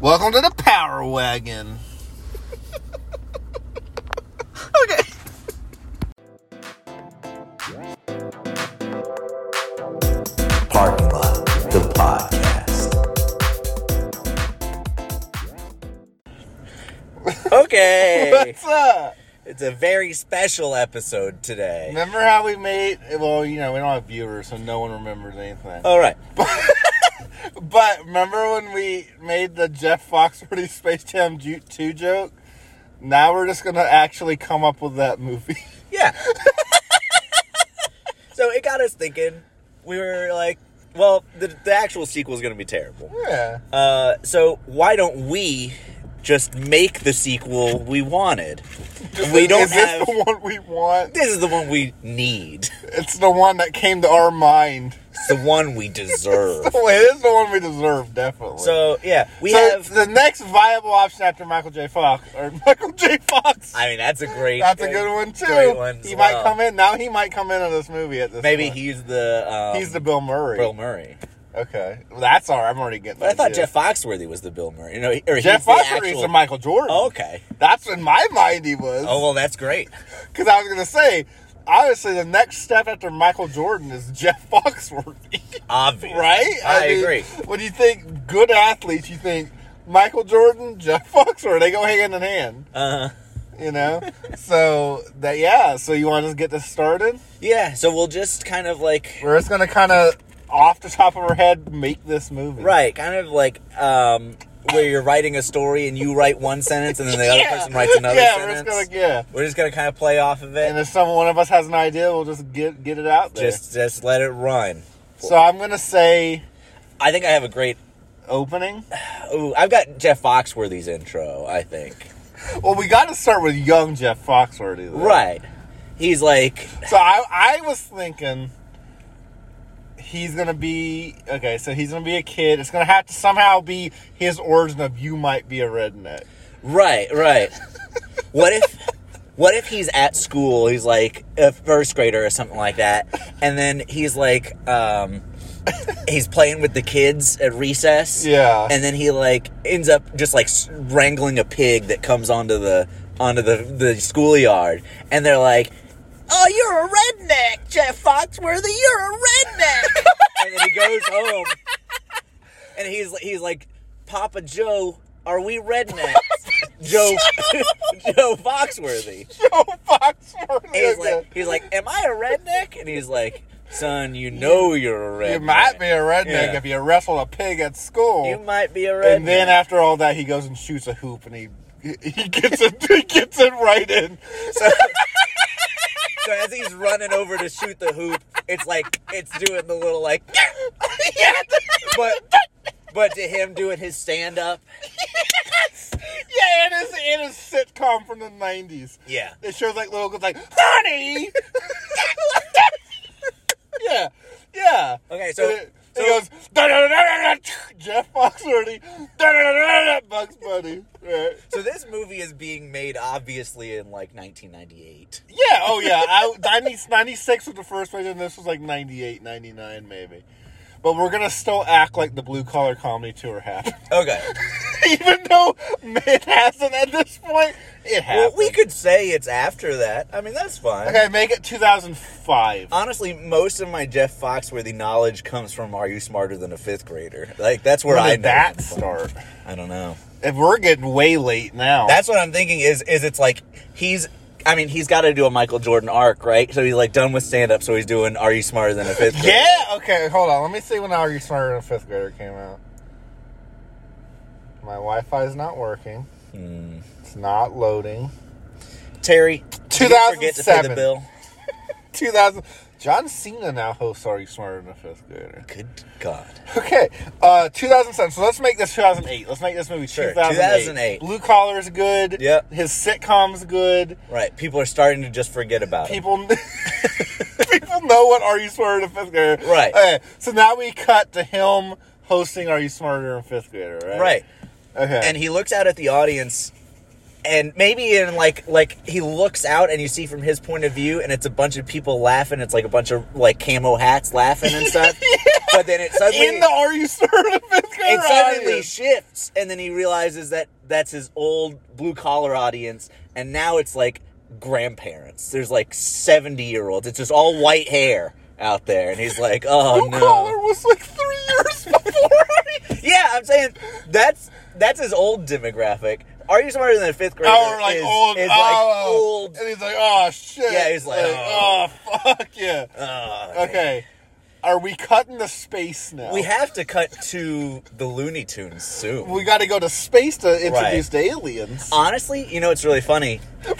Welcome to the Power Wagon. Okay. Parking Lot, the podcast. Okay. What's up? it's a very special episode today. Remember how we made? Well, you know we don't have viewers, so no one remembers anything. All right. Uh, But remember when we made the Jeff Foxworthy Space Jam ju- 2 joke? Now we're just gonna actually come up with that movie. Yeah. so it got us thinking. We were like, well, the, the actual sequel is going to be terrible. Yeah. Uh, so why don't we just make the sequel we wanted? We don't Is this have. the one we want? This is the one we need. It's the one that came to our mind. It's the one we deserve. Well, it is the one we deserve, definitely. So yeah, we So have. the next viable option after Michael J. Fox or Michael J. Fox. I mean, that's a great. That's a good one too. Great one as he might well. come in now. He might come in on this movie at this. Maybe point. he's the. Um, he's the Bill Murray. Bill Murray. Okay, that's all. right. I'm already getting. But I thought ideas. Jeff Foxworthy was the Bill Murray. You know, he- or Jeff he's the Foxworthy's actual- the Michael Jordan. Oh, okay. That's in my mind he was. Oh well, that's great. Because I was going to say, obviously, the next step after Michael Jordan is Jeff Foxworthy, Obvious, right? I, mean, agree. When you think good athletes, you think Michael Jordan, Jeff Foxworthy. They go hand in hand, Uh, you know? so, that yeah, so you want to just get this started? yeah. So we'll just kind of like We're just going to kind of, off the top of our head, make this movie. right, kind of like um, where you're writing a story and you write one sentence and then the Yeah. other person writes another yeah, sentence. we're just gonna yeah. We're just gonna kind of play off of it. And if someone one of us has an idea, we'll just get get it out there. just just let it run. so I'm gonna say I think I have a great. opening. Ooh, I've got Jeff Foxworthy's intro. I think Well, we got to start with young Jeff Foxworthy, though. right. He's like So I, I was thinking he's gonna be okay. So he's gonna be a kid. It's gonna have to somehow be his origin of you might be a redneck. Right, right. what if what if he's at school, he's like a first grader or something like that, and then he's like um he's playing with the kids at recess. Yeah. And then he like ends up just like s- wrangling a pig that comes onto the onto the the schoolyard and they're like Oh, you're a redneck, Jeff Foxworthy. You're a redneck. and then he goes home, and he's he's like, Papa Joe, are we rednecks? Joe Joe Foxworthy. Joe Foxworthy. And he's is like he's like, am I a redneck? And he's like, son, you know you're a a- redneck. you might be a redneck Yeah. if you wrestle a pig at school. You might be a redneck. and then after all that, he goes and shoots a hoop, and he he gets it he gets it right in. so as he's running over to shoot the hoop, it's like it's doing the little like, but but to him doing his stand up. Yeah, it is. It is sitcom from the nineties. Yeah. It shows like little kids like honey. yeah, yeah. Okay, so- And it, it so- goes da da da da Jeff Foxworthy da da da da Bugs Bunny. Right. So this movie is being made obviously in like 1998. Yeah. Oh yeah. I 90, 96 was the first one, and this was like 98, 99 maybe. But we're gonna still act like the blue collar comedy tour happened, Okay. even though it hasn't at this point. It well, happened. we could say it's after that. I mean, that's fine. okay, make it two thousand five. Honestly, most of my Jeff Foxworthy knowledge comes from Are You Smarter Than a Fifth Grader? Like that's where Where I did know that him from. start? I don't know. If we're getting way late now, That's what I'm thinking. Is is it's like he's. I mean, he's got to do a Michael Jordan arc, right? So he's like done with stand up, so he's doing Are You Smarter Than a Fifth Grader? yeah. Okay, hold on. Let me see when Are You Smarter Than a Fifth Grader came out. My Wi-Fi is not working. Hmm. It's not loading. Terry, did you forget to pay the 2007. bill? Two thousand. John Cena now hosts Are You Smarter Than a Fifth Grader? Good God. Okay, uh, 2007. So let's make this 2008. Let's make this movie Sure, 2008. 2008. Blue Collar's good. Yep. His sitcom's good. Right. People are starting to just forget about it. people people know what Are You Smarter Than Fifth Grader? Right. Okay, so now we cut to him hosting Are You Smarter Than Fifth Grader, right? Right. Okay. and he looks out at the audience and maybe in like like he looks out and you see from his point of view and it's a bunch of people laughing it's like a bunch of like camo hats laughing and stuff But then it suddenly in the Are You Stirred Up Fifth Grade it suddenly audience. shifts, and then he realizes that that's his old blue collar audience, and now it's like grandparents. There's like seventy year olds. It's just all white hair out there, and he's like, oh Blue no. Collar was like three years before. Yeah, I'm saying that's that's his old demographic. Are you smarter than a fifth grader? Our like is, old, is like oh. old. and he's like, oh shit. Yeah, he's like, oh, oh. fuck yeah. Ugh. okay, are we cutting the space now? We have to cut to the Looney Tunes soon. We got to go to space to introduce Right. the Uh, aliens. Honestly, you know it's really funny. we're,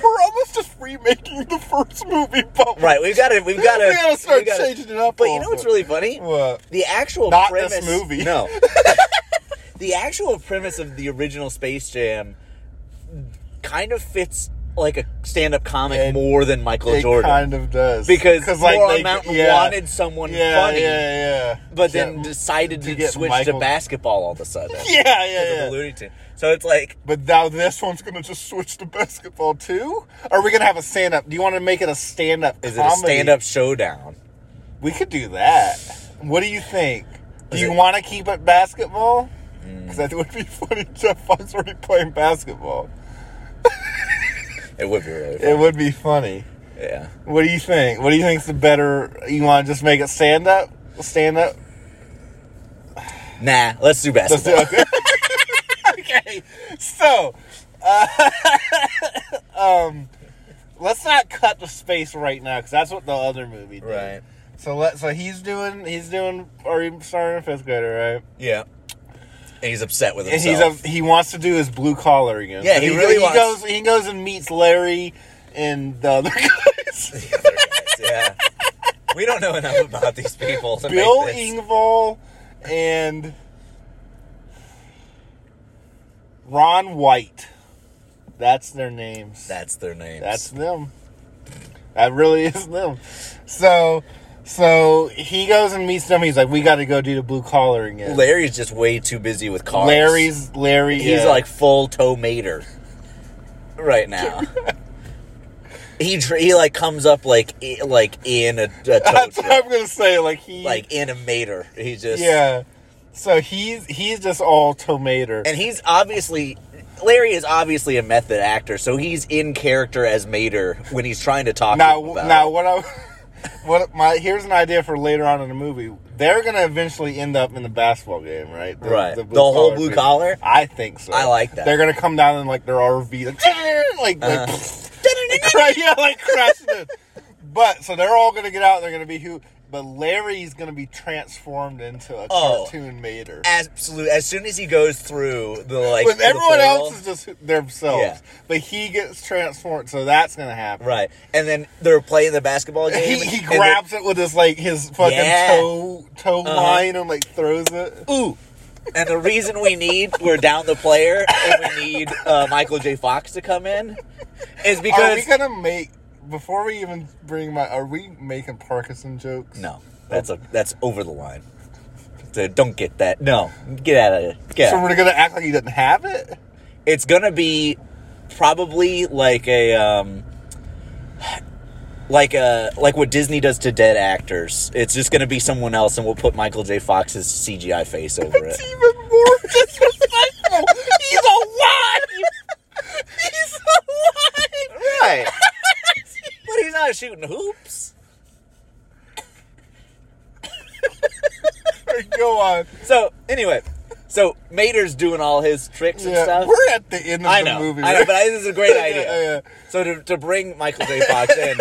we're almost just remaking the first movie, but Right, we've got to we've got to We gotta start changing it up a But you little know what's bit. really funny? What? The actual Not this premise movie. No. the actual premise of the original Space Jam kind of fits like a stand-up comic It- more than Michael It Jordan. kind of does because like, Laurel they- Mountain yeah. wanted someone yeah, funny, yeah, yeah, but Yeah. then decided to to, get switch Michael- to basketball all of a sudden. yeah, With yeah, the yeah. Looney Tunes. So it's like But now this one's gonna just switch to basketball too. Are we gonna have a stand up? Do you want to make it a stand up? is it a stand-up showdown? We could do that. What do you think? Do Is you it- Mm. want to keep it basketball? Because that would be funny. Jeff Fox already playing basketball. It would be really fun. It would be funny. yeah. What do you think? What do you think's the better? You want to just make it stand up? Stand up? Nah, let's do Let's do basketball. it. okay. So, uh, um, let's not cut the space right now because that's what the other movie did. Right. So let so he's doing he's doing or he's starting a fifth grader right Yeah. And he's upset with and himself. he's a, he wants to do his blue collar again Yeah, So he really he wants- goes he goes and meets Larry and the other guys yeah. We don't know enough about these people to Bill make this. Ingvall and Ron White that's their names That's their names. That's them. That really is them. So, so he goes and meets them. He's like, "We got to go do the blue collar again." Larry's just way too busy with cars. Larry's Larry. He's yeah. like full toe mater right now. he tr- he like comes up like i- like in a, a tow That's what truck, I'm gonna say. Like he, like in a mater. He just yeah. So he's he's just all tomater. and he's obviously Larry is obviously a method actor, so he's in character as mater when he's trying to talk. now, to him about now it. what I what my here's an idea for later on in the movie. They're gonna eventually end up in the basketball game, right? Right. The whole blue people. collar? I think so. I like that. Uh-huh. They're gonna come down in like their RV, like like, like cra- yeah, like crashing it. But so they're all gonna get out. They're gonna be who, but Larry's gonna be transformed into a Oh. cartoon mater. absolute. As soon as he goes through the like, but the everyone portal- else is just who- themselves. Yeah. But he gets transformed, so that's gonna happen. right, and then they're playing the basketball game. He, he and they're- grabs it with his like his fucking Yeah. Uh-huh. toe toe line and like throws it. Ooh. And the reason we need we're down the player and we need uh, Michael J. Fox to come in is Are because we gonna make before we even bring my? Are we making Parkinson jokes? no, that's a that's over the line. So don't get that. No, get out of it. Get So out. we're gonna act like he didn't have it. It's gonna be probably like a um, like a like what Disney does to dead actors. It's just gonna be someone else, and we'll put Michael J. Fox's CGI face over it. It's even more disrespectful. He's alive. He's alive. Right. but he's not shooting hoops. Alright, Go on. So anyway, so Mater's doing all his tricks and Yeah, stuff. we're at the end of I the know, movie. I know, right? but I, this is a great Yeah, idea. yeah, yeah. So to, to bring Michael J. Fox in,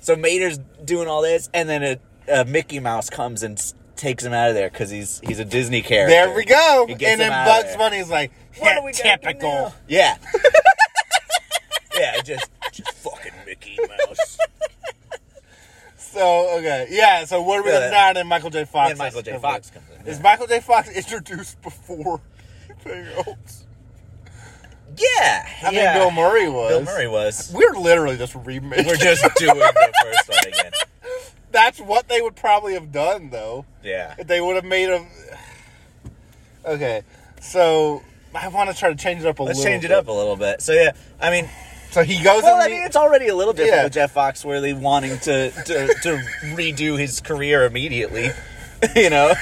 so Mater's doing all this, and then a, a Mickey Mouse comes and s- takes him out of there because he's he's a Disney character. there we go. He And gets then him out of Bugs there. Bunny's like, What "Yeah, are we gonna do typical. now? Yeah. yeah, just just fucking Mickey Mouse. So okay, yeah. So what are we Yeah, gonna do that- now? Then Michael J. Fox. Then Michael J. comes Fox in. comes in, Is yeah. Michael J. Fox introduced before anything else? Yeah, I yeah. mean, Bill Murray was. Bill Murray was. We're literally just remaking. We're just doing the first one again. That's what they would probably have done, though. Yeah. If they would have made him. Okay, so I want to try to change it up a Let's little. change it up a little bit. So yeah, I mean, bit. So he goes. well, I and mean, meets- it's already a little different Yeah. with Jeff Foxworthy wanting to, to to redo his career immediately. you know,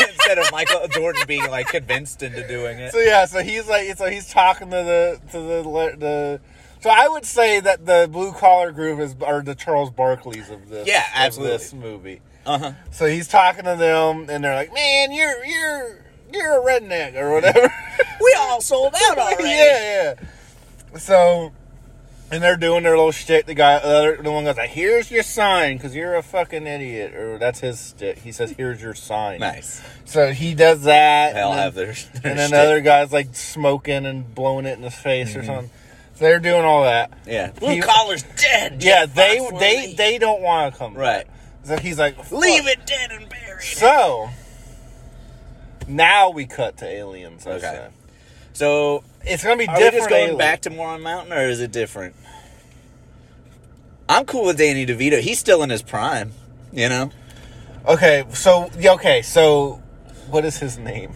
instead of Michael Jordan being like convinced into doing it. So yeah, so he's like, so he's talking to the to the le- the. So I would say that the blue collar group is are the Charles Barkleys of this. Yeah, of absolutely. this movie. Uh huh. So he's talking to them, and they're like, "Man, you're you're you're a redneck or whatever." We all sold out already. yeah, yeah. So, and they're doing their little shit. The guy, the, other, the one goes like, "Here's your sign, because you're a fucking idiot," or that's his stick. He says, "Here's your sign." Nice. So he does that. They all and then- have their. their and then shtick. Mm-hmm. the other guy's like smoking and blowing it in his face or something. So they're doing all that. Yeah. Blue He- collar's dead. Yeah, Jeff they Foxworthy. they they don't want to come. Right. So he's like, Leave "Fuck." it dead and buried. So now we cut to aliens. I Okay. say. So It's gonna be Are we different. just going aliens. back to Moron Mountain, or is it different? I'm cool with Danny DeVito. He's still in his prime, you know. Okay, so yeah, okay, so what is his name?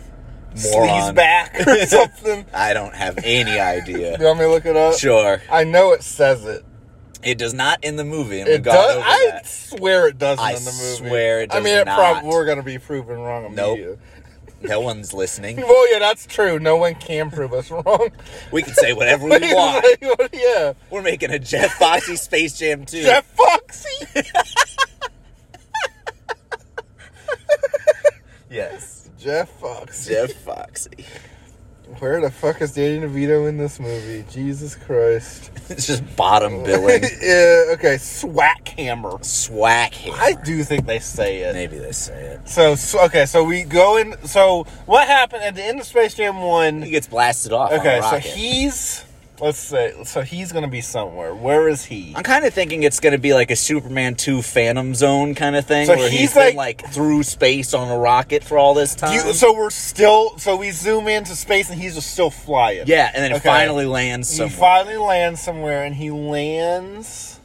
Moron. Sleazeback or something. I don't have any you idea. want me to look it up? sure, I know it says it. it does not in the movie. And It we've gone does. over I that. swear it doesn't I in the movie. swear it I mean, does it not. probably we're gonna be proven wrong Nope. immediately. No one's listening. Well, yeah, that's true. No one can prove us wrong. We can say whatever we want. yeah, We're making a Jeff Foxy Space Jam 2. Jeff Foxy. Yes. Jeff Foxy. Jeff Foxy. Where the fuck is Danny DeVito in this movie? Jesus Christ. It's just bottom billing. yeah. Okay. Swack hammer. Swack him. I do think they say it. Maybe they say it. So, so okay, so we go in. So what happened at the end of Space Jam He One? gets blasted off. on a Okay, so rocket. he's let's say so he's gonna be somewhere. Where is he? I'm kind of thinking it's going to be like a Superman 2 Phantom Zone kind of thing, So where he's he's been like- like through space on a rocket for all this time. Do you, so we're still so we zoom into space and he's just still flying. yeah, and then it Okay. finally lands he somewhere. finally lands somewhere and he lands.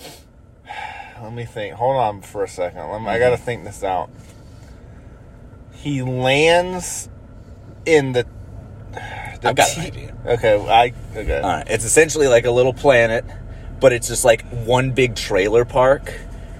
Let me think. Hold on for a second. Let me, I gotta Mm-hmm. think this out. He lands in the. the I've got an T- idea. Okay, I okay. All right, it's essentially like a little planet, but it's just like one big trailer park.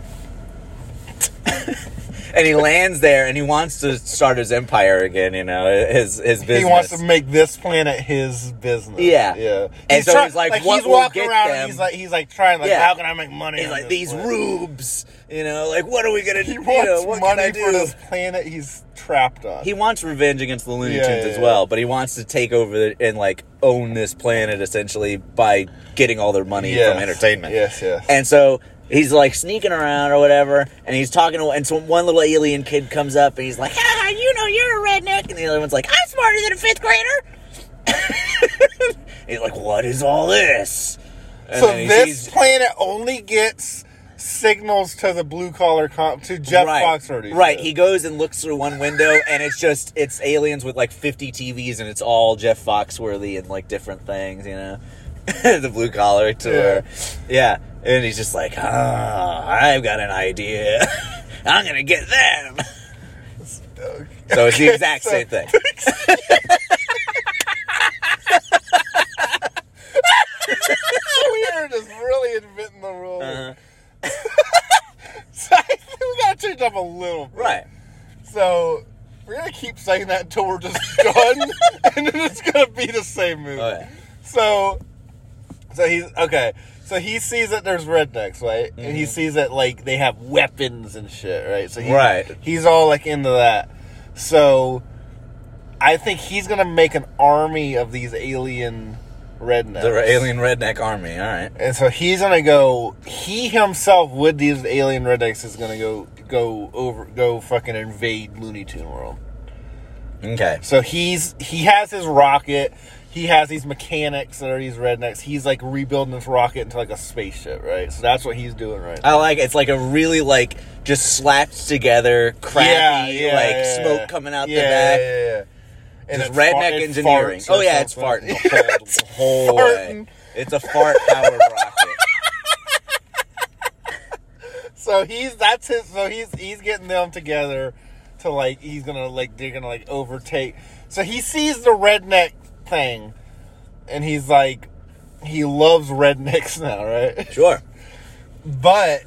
and he lands there, and he wants to start his empire again. You know, his his business. He wants to make this planet his business. Yeah. yeah. And so he's like, what he's will walking get around them? and he's like, he's like trying, like, Yeah. how can I make money? He's on like this these planet? rubes, you know. Like, what are we gonna do? He You wants know, what can I money do? for this planet he's trapped on. he wants revenge against the Looney Yeah, Tunes yeah, as yeah. well, but he wants to take over the, and like own this planet essentially by getting all their money Yes. from entertainment. Yes, yes. And so he's like sneaking around or whatever, and he's talking to, and so one little alien kid comes up and he's like, "Ah, you know, you're a redneck," and the other one's like, "I'm smarter than a fifth grader." he's like, "What is all this?" And so then he this sees- planet only gets signals to the blue collar comp to Jeff Foxworthy. Right. He goes and looks through one window, and it's just it's aliens with like fifty TVs, and it's all Jeff Foxworthy and like different things, you know, the blue collar tour. Yeah. And he's just like, ah, I've got an idea. I'm gonna get them. So it's the exact so- same thing. we are just really inventing the rules. Uh, So I think we gotta change up a little bit. right. So we're gonna keep saying that until we're just done, and then it's gonna be the same movie. Oh, yeah. So, so he's okay. So he sees that there's rednecks, right? And he Mm-hmm. sees that like they have weapons and shit, right? So he, Right. he's all like into that. So I think he's gonna make an army of these alien rednecks. The alien redneck army. All right. And so he's gonna go. He himself with these alien rednecks is gonna go go over go fucking invade Looney Tune world. Okay. So he's he has his rocket. He has these mechanics that are these rednecks. He's like rebuilding this rocket into like a spaceship, right? So that's what he's doing right now. I like it's like a really like just slapped together crappy like yeah, smoke yeah. coming out Yeah, the back. Yeah, yeah, yeah. And it Just fart- redneck it engineering. farts or Oh yeah, it's something. farting the whole, It's the whole farting. way. It's a fart powered rocket. So he's that's his. So he's he's getting them together to like he's gonna like they're gonna like overtake. So he sees the redneck thing, and he's like, he loves rednecks now, right? Sure. But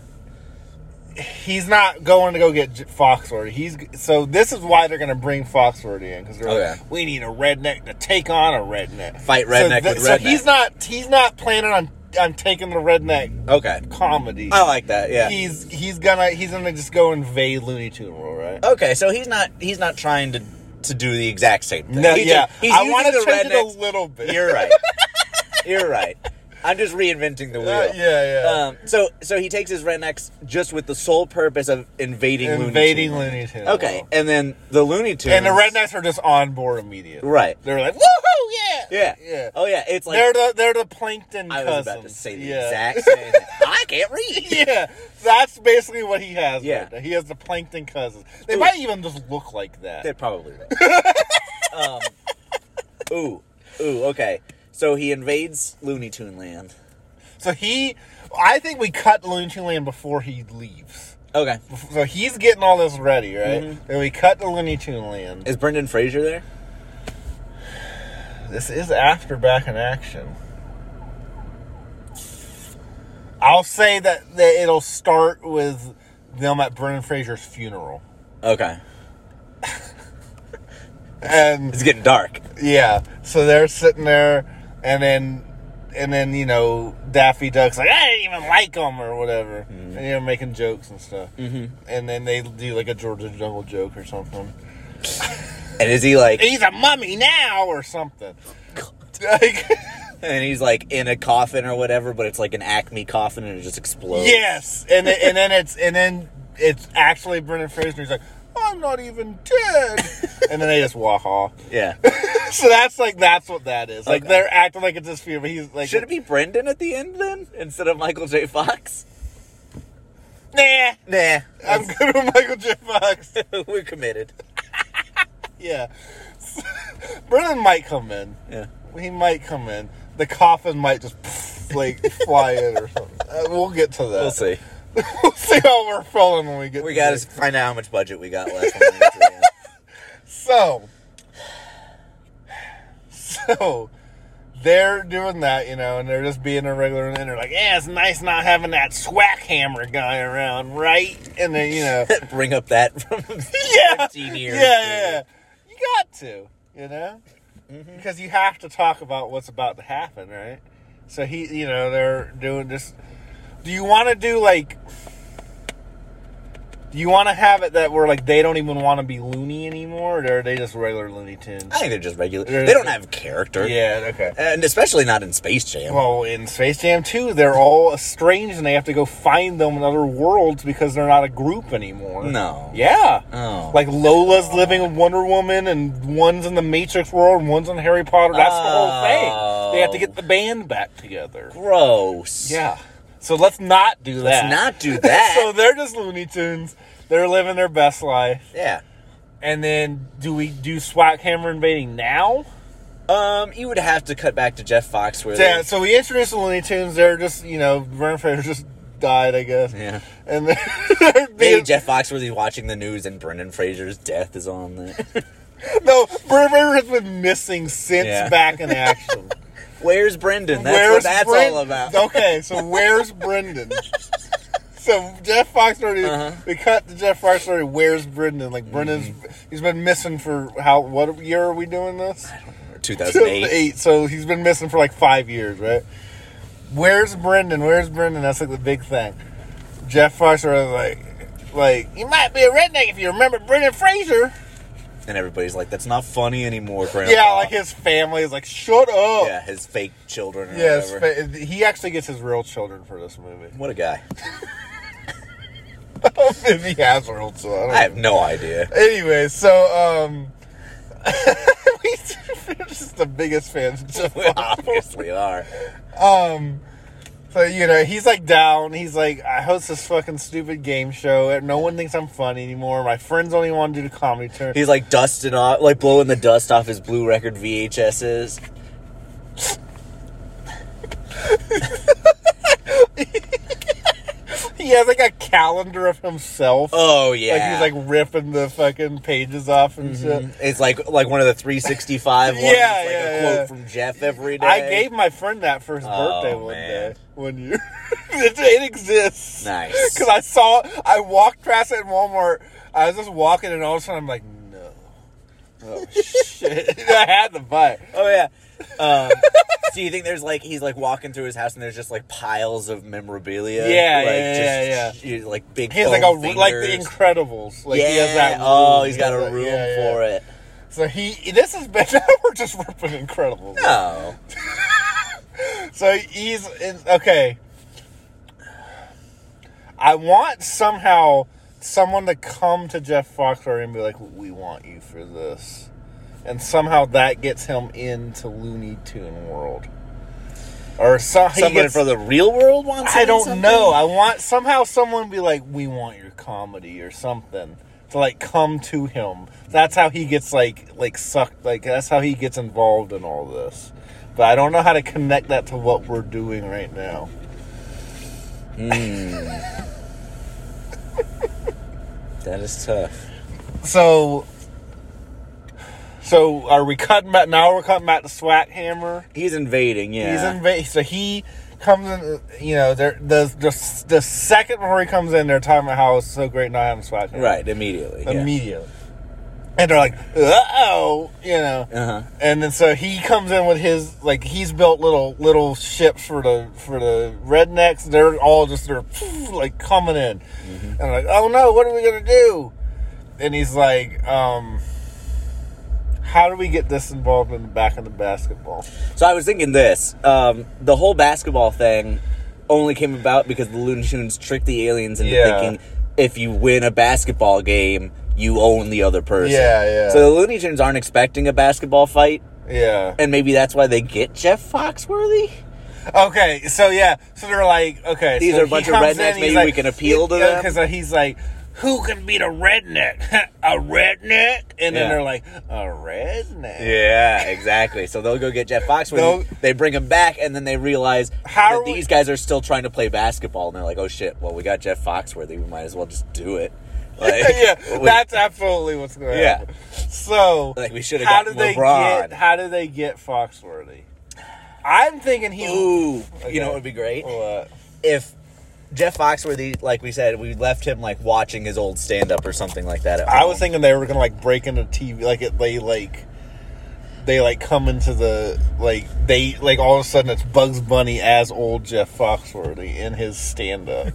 he's not going to go get J- Foxworthy. He's so this is why they're going to bring Foxworthy in because they're Okay. like, we need a redneck to take on a redneck, Oh, Fight So redneck with So redneck. he's not he's not planning on on taking the redneck Okay. comedy. I like that. Oh, Yeah. He's he's gonna he's gonna just go invade Looney Tune World, right? okay, so he's not he's not trying to to do the exact same thing. No, He ju- yeah, he's I using want to the change rednecks- it a little bit. You're right. You're right. I'm just reinventing the wheel. Uh, yeah, yeah. Um, so so he takes his rednecks just with the sole purpose of invading Looney invading Tunes. Looney Tune. Okay, and then the Looney Tunes and the rednecks are just on board immediately. Right. They're like, woohoo, yeah, Yeah. yeah. Oh yeah, it's like they're the they're the plankton. I was cousins. about to say the Yeah. exact same. thing. I can't read. Yeah, that's basically what he has. Yeah. right now. he has the plankton cousins. They Ooh. might even just look like that. They're probably right. um, ooh, ooh. Okay, so he invades Looney Tune Land. so he, I think we cut Looney Tune Land before he leaves. Okay, So he's getting all this ready, right? Mm-hmm. Then we cut to Looney Tune Land. is Brendan Fraser there? This is after Back in Action. I'll say that, that it'll start with them at Brendan Fraser's funeral. Okay, And it's getting dark. Yeah. So they're sitting there, and then and then you know Daffy Duck's like I didn't even like him or whatever, and you know making jokes and stuff. Mm-hmm. And then they do like a Georgia Jungle joke or something. And is he like? He's a mummy now or something. Like, And he's like in a coffin or whatever, but it's like an Acme coffin, and it just explodes. yes, and then, and then it's and then it's actually Brendan Fraser. He's like. I'm not even dead, and then they just walk off. Yeah. So that's like that's what that is. Like Okay. they're acting like it's his fear, but he's like, Should it be Brendan at the end then, instead of Michael J. Fox? Nah, Nah, I'm good with Michael J. Fox. we're committed. Yeah. Brennan might come in. Yeah. He might come in. The coffin might just pff, like fly in or something. Uh, we'll get to that. We'll see. we'll see how we're feeling when we get. We to gotta it. find out how much budget we got left. when we get to the end. So. So. They're doing that, you know, and they're just being a regular, and they're like, "Yeah, it's nice not having that swack hammer guy around, right?" And then, you know, bring up that from 15 years. Yeah, yeah, yeah. You got to, you know? Mm-hmm. Because you have to talk about what's about to happen, right? So he, you know, they're doing this. Do you want to do like. Do you want to have it that where like they don't even want to be loony anymore, or are they just regular Looney Tunes? I think they're just regular. They don't have character. Yeah, okay. And especially not in Space Jam. Well, in Space Jam 2, they're all estranged and they have to go find them in other worlds because they're not a group anymore. No. Yeah. Oh. Like Lola's living with Wonder Woman and one's in the Matrix world and one's in Harry Potter. That's the whole thing. They have to get the Oh. band back together. Gross. Yeah. So let's not do Let's that. not do that. so they're just Looney Tunes. They're living their best life. yeah. And then do we do SWAT hammer invading now? Um, you would have to cut back to Jeff Foxworthy. Yeah, so we introduced the Looney Tunes. They're just, you know, Vernon Fraser just died, I guess. Yeah. And they're, they're Maybe being, Jeff Foxworthy watching the news and Brendan Fraser's death is on there. no, Vernon Fraser has been missing since Yeah. back in action. Where's Brendan? That's what that's Bren- all about. Okay, so where's Brendan? So Jeff Foxworthy, Uh-huh. we cut to Jeff Foxworthy. Where's Brendan? Like Brendan's, Mm-hmm. he's been missing for how? What year are we doing this? 2008. Eight. So he's been missing for like five years, right? Where's Brendan? Where's Brendan? That's like the big thing. Jeff Foxworthy was like, like you might be a redneck if you remember Brendan Fraser. And everybody's like, that's not funny anymore, Grandpa. Yeah, like his family is like, shut up. Yeah, his fake children or Yes, whatever. fa- he actually gets his real children for this movie. What a guy. if he has real children. I have no idea. Anyway, so um, we- we're just the biggest fans. of Jeff We Foxworthy. obviously are. um, so you know he's like down. He's like, I host this fucking stupid game show. and No one thinks I'm funny anymore. My friends only want to do the comedy tour. He's like dusting off, like blowing the dust off his blue record VHSs. He has like a calendar of himself. Oh yeah. Mm-hmm. Like he's like ripping the fucking pages off and shit. it's like like one of the 365 ones. Yeah, like a yeah, quote yeah. from Jeff every day. I gave my friend that for his Oh, birthday one man. day, one year. it, it exists. Nice. Because I saw, I walked past it in Walmart. I was just walking, and all of a sudden I'm like, no. Oh, shit. I had to buy it. Oh yeah. Um, so you think there's like he's like walking through his house and there's just like piles of memorabilia? Yeah, like, yeah, yeah, yeah. just, yeah. Like big. He has like a foam like the Oh, fingers. Incredibles. Like yeah. he has that. oh, room. he's He got has a that- room yeah, yeah. for it. So he this has been we're just ripping Incredibles. No. So he's in, okay. I want somehow someone to come to Jeff Foxworthy and be like, "We want you for this," and somehow that gets him into Looney Tune world, or some, he Someone gets- from the real world wants. him I in don't something? know. I want somehow someone to be like, "We want your comedy" or something to like come to him. That's how he gets like like sucked. Like that's how he gets involved in all this. But I don't know how to connect that to what we're doing right now. That is tough. So, so are we cutting back? Now we're cutting back to Swat Hammer. He's invading. Yeah. He's invading. So he comes in. You know, there the the the second before he comes in, they're talking about how it's so great not having Swat Hammer. Right. Immediately. yeah. immediately. And they're like, uh oh, you know. Uh-huh. And then so he comes in with his like he's built little little ships for the for the rednecks. They're all just they're like coming in, Mm-hmm. and like, oh no, what are we gonna do? And he's like, um, how do we get this involved in the back of the basketball? So I was thinking this: um, the whole basketball thing only came about because the Looney Tunes tricked the aliens into Yeah. thinking if you win a basketball game, you own the other person. Yeah, yeah. So the Looney Tunes aren't expecting a basketball fight, Yeah. and maybe that's why they get Jeff Foxworthy. Okay, so yeah, so they're like, okay, These so are a bunch he of comes rednecks, in, he's maybe like- we can appeal to yeah, them. 'cause, uh, he's like, who can beat a redneck? a redneck, and Yeah. then they're like, a redneck. Yeah, exactly. So they'll go get Jeff Foxworthy. They'll- they bring him back, and then they realize How that are we- these guys are still trying to play basketball, and they're like, "Oh shit! Well, we got Jeff Foxworthy. We might as well just do it." Like, yeah, we- that's absolutely what's going to Yeah. happen. So, Like, we should've how gotten did they LeBron. get? How do they get Foxworthy? I'm thinking he's Ooh, Okay. you know what would be great What? if Jeff Foxworthy, like we said, we left him like watching his old stand up or something like that. At I home. was thinking they were gonna like break into TV, like it, they like they like come into the like they like all of a sudden it's Bugs Bunny as old Jeff Foxworthy in his stand up.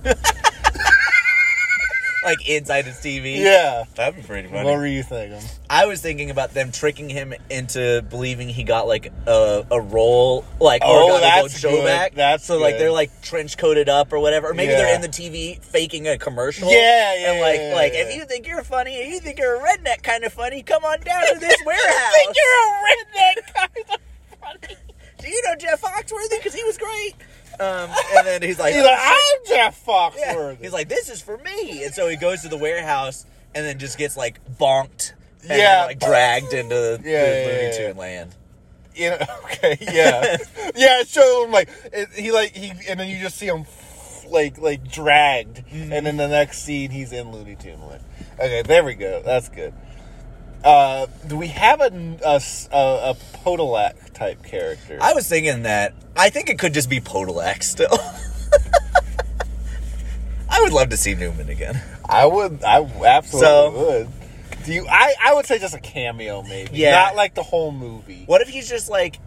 like inside his TV. yeah. that'd be pretty What were you thinking? I was thinking about them tricking him into believing he got like a, a role, like Oh, or got a gold that's show good. back. That's so like good. they're like trench coated up or whatever. Or maybe they're Yeah. in the TV faking a commercial. Yeah, yeah, And like yeah, yeah, like yeah. if you think you're funny, if you think you're a redneck kind of funny, come on down to this warehouse. think you're a redneck kind of funny. Do you know Jeff Foxworthy? Because he was great. Um, and then he's like, He's like, I'm Jeff Yeah. Foxworthy. He's like, this is for me. And so he goes to the warehouse and then just gets like bonked and then, Yeah. like dragged into the Yeah, yeah, Looney yeah, Tune yeah. land. You know, okay, yeah, yeah. It showed him like it, he like he, and then you just see him like like dragged, Mm-hmm. and then the next scene he's in Looney Tune land. Okay, there we go. That's good. Uh, do we have a a, a, a Podolak type character? I was thinking that I think it could just be Podolak still. I would love to see Newman again. I would. I absolutely So- would. Do you? I I would say just a cameo, maybe. Yeah. Not like the whole movie. What if he's just like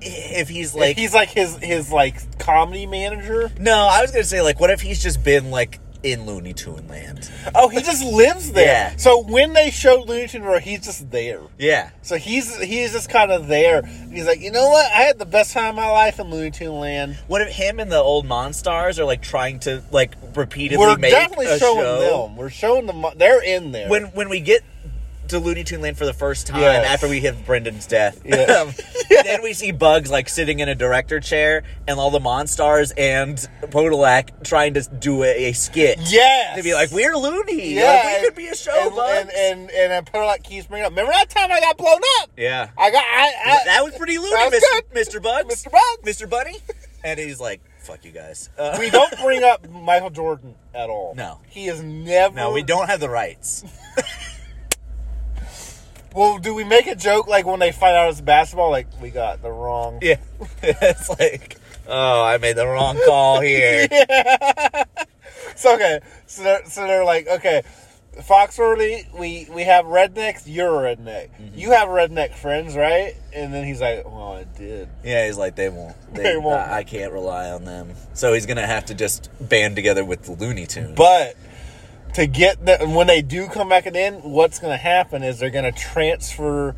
if he's Like like he's like his his like comedy manager. No, I was gonna say like what if he's just been like in Looney Tune land? Oh, he just lives there. Yeah. So when they show Looney Tune World, he's just there. Yeah. So he's he's just kind of there. He's like, you know what? I had the best time of my life in Looney Tune Land. What if him and the old Monstars are like trying to like repeatedly We're make definitely a showing show? them. We're showing them. They're in there. when when we get to Looney Tune Land for the first time Yes. after we hit Brendan's death, Yes. um, then we see Bugs like sitting in a director chair and all the Monstars and Podolak trying to do a, a skit. yes, To be like, we're Looney. yeah, Like, we could and- be a show, and, Bugs. and and and I put like keeps bringing up. Remember that time I got blown up? yeah. I got I, I that was pretty Looney, That was Mr. Mr. Bugs. Mr. Bugs. Mr. Bunny. and he's like, "Fuck you guys." Uh, We don't bring up Michael Jordan at all. No. He is never. no, we don't have the rights. Well, do we make a joke like when they find out it's basketball? Like, we got the wrong. Yeah, it's like, oh, I made the wrong call here. So, okay. So they're, so they're like, okay, Foxworthy, we, we have rednecks, you're a redneck. Mm-hmm. You have redneck friends, right? And then he's like, well, I did. Yeah, he's like, they won't. They, They won't. I, I can't rely on them. So he's gonna have to just band together with the Looney Tunes. But to get the when they do come back and in, what's going to happen is they're going to transfer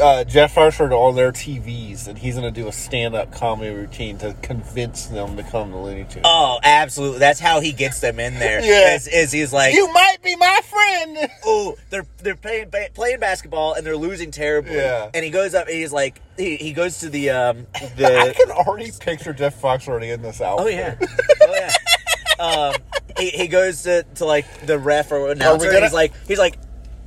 uh, Jeff Harsher to all their TVs, and he's going to do a stand-up comedy routine to convince them to come to Looney Tunes. oh, absolutely. That's how he gets them in there. Yeah. is, is he's like, you might be my friend. oh, they're they're playing ba- playing basketball and they're losing terribly. Yeah. And he goes up and he's like, he, he goes to the um I the can already picture Jeff Fox already in this oh outfit. yeah oh yeah. um, he, he goes to, to like the ref or announcer. and gonna- he's like he's like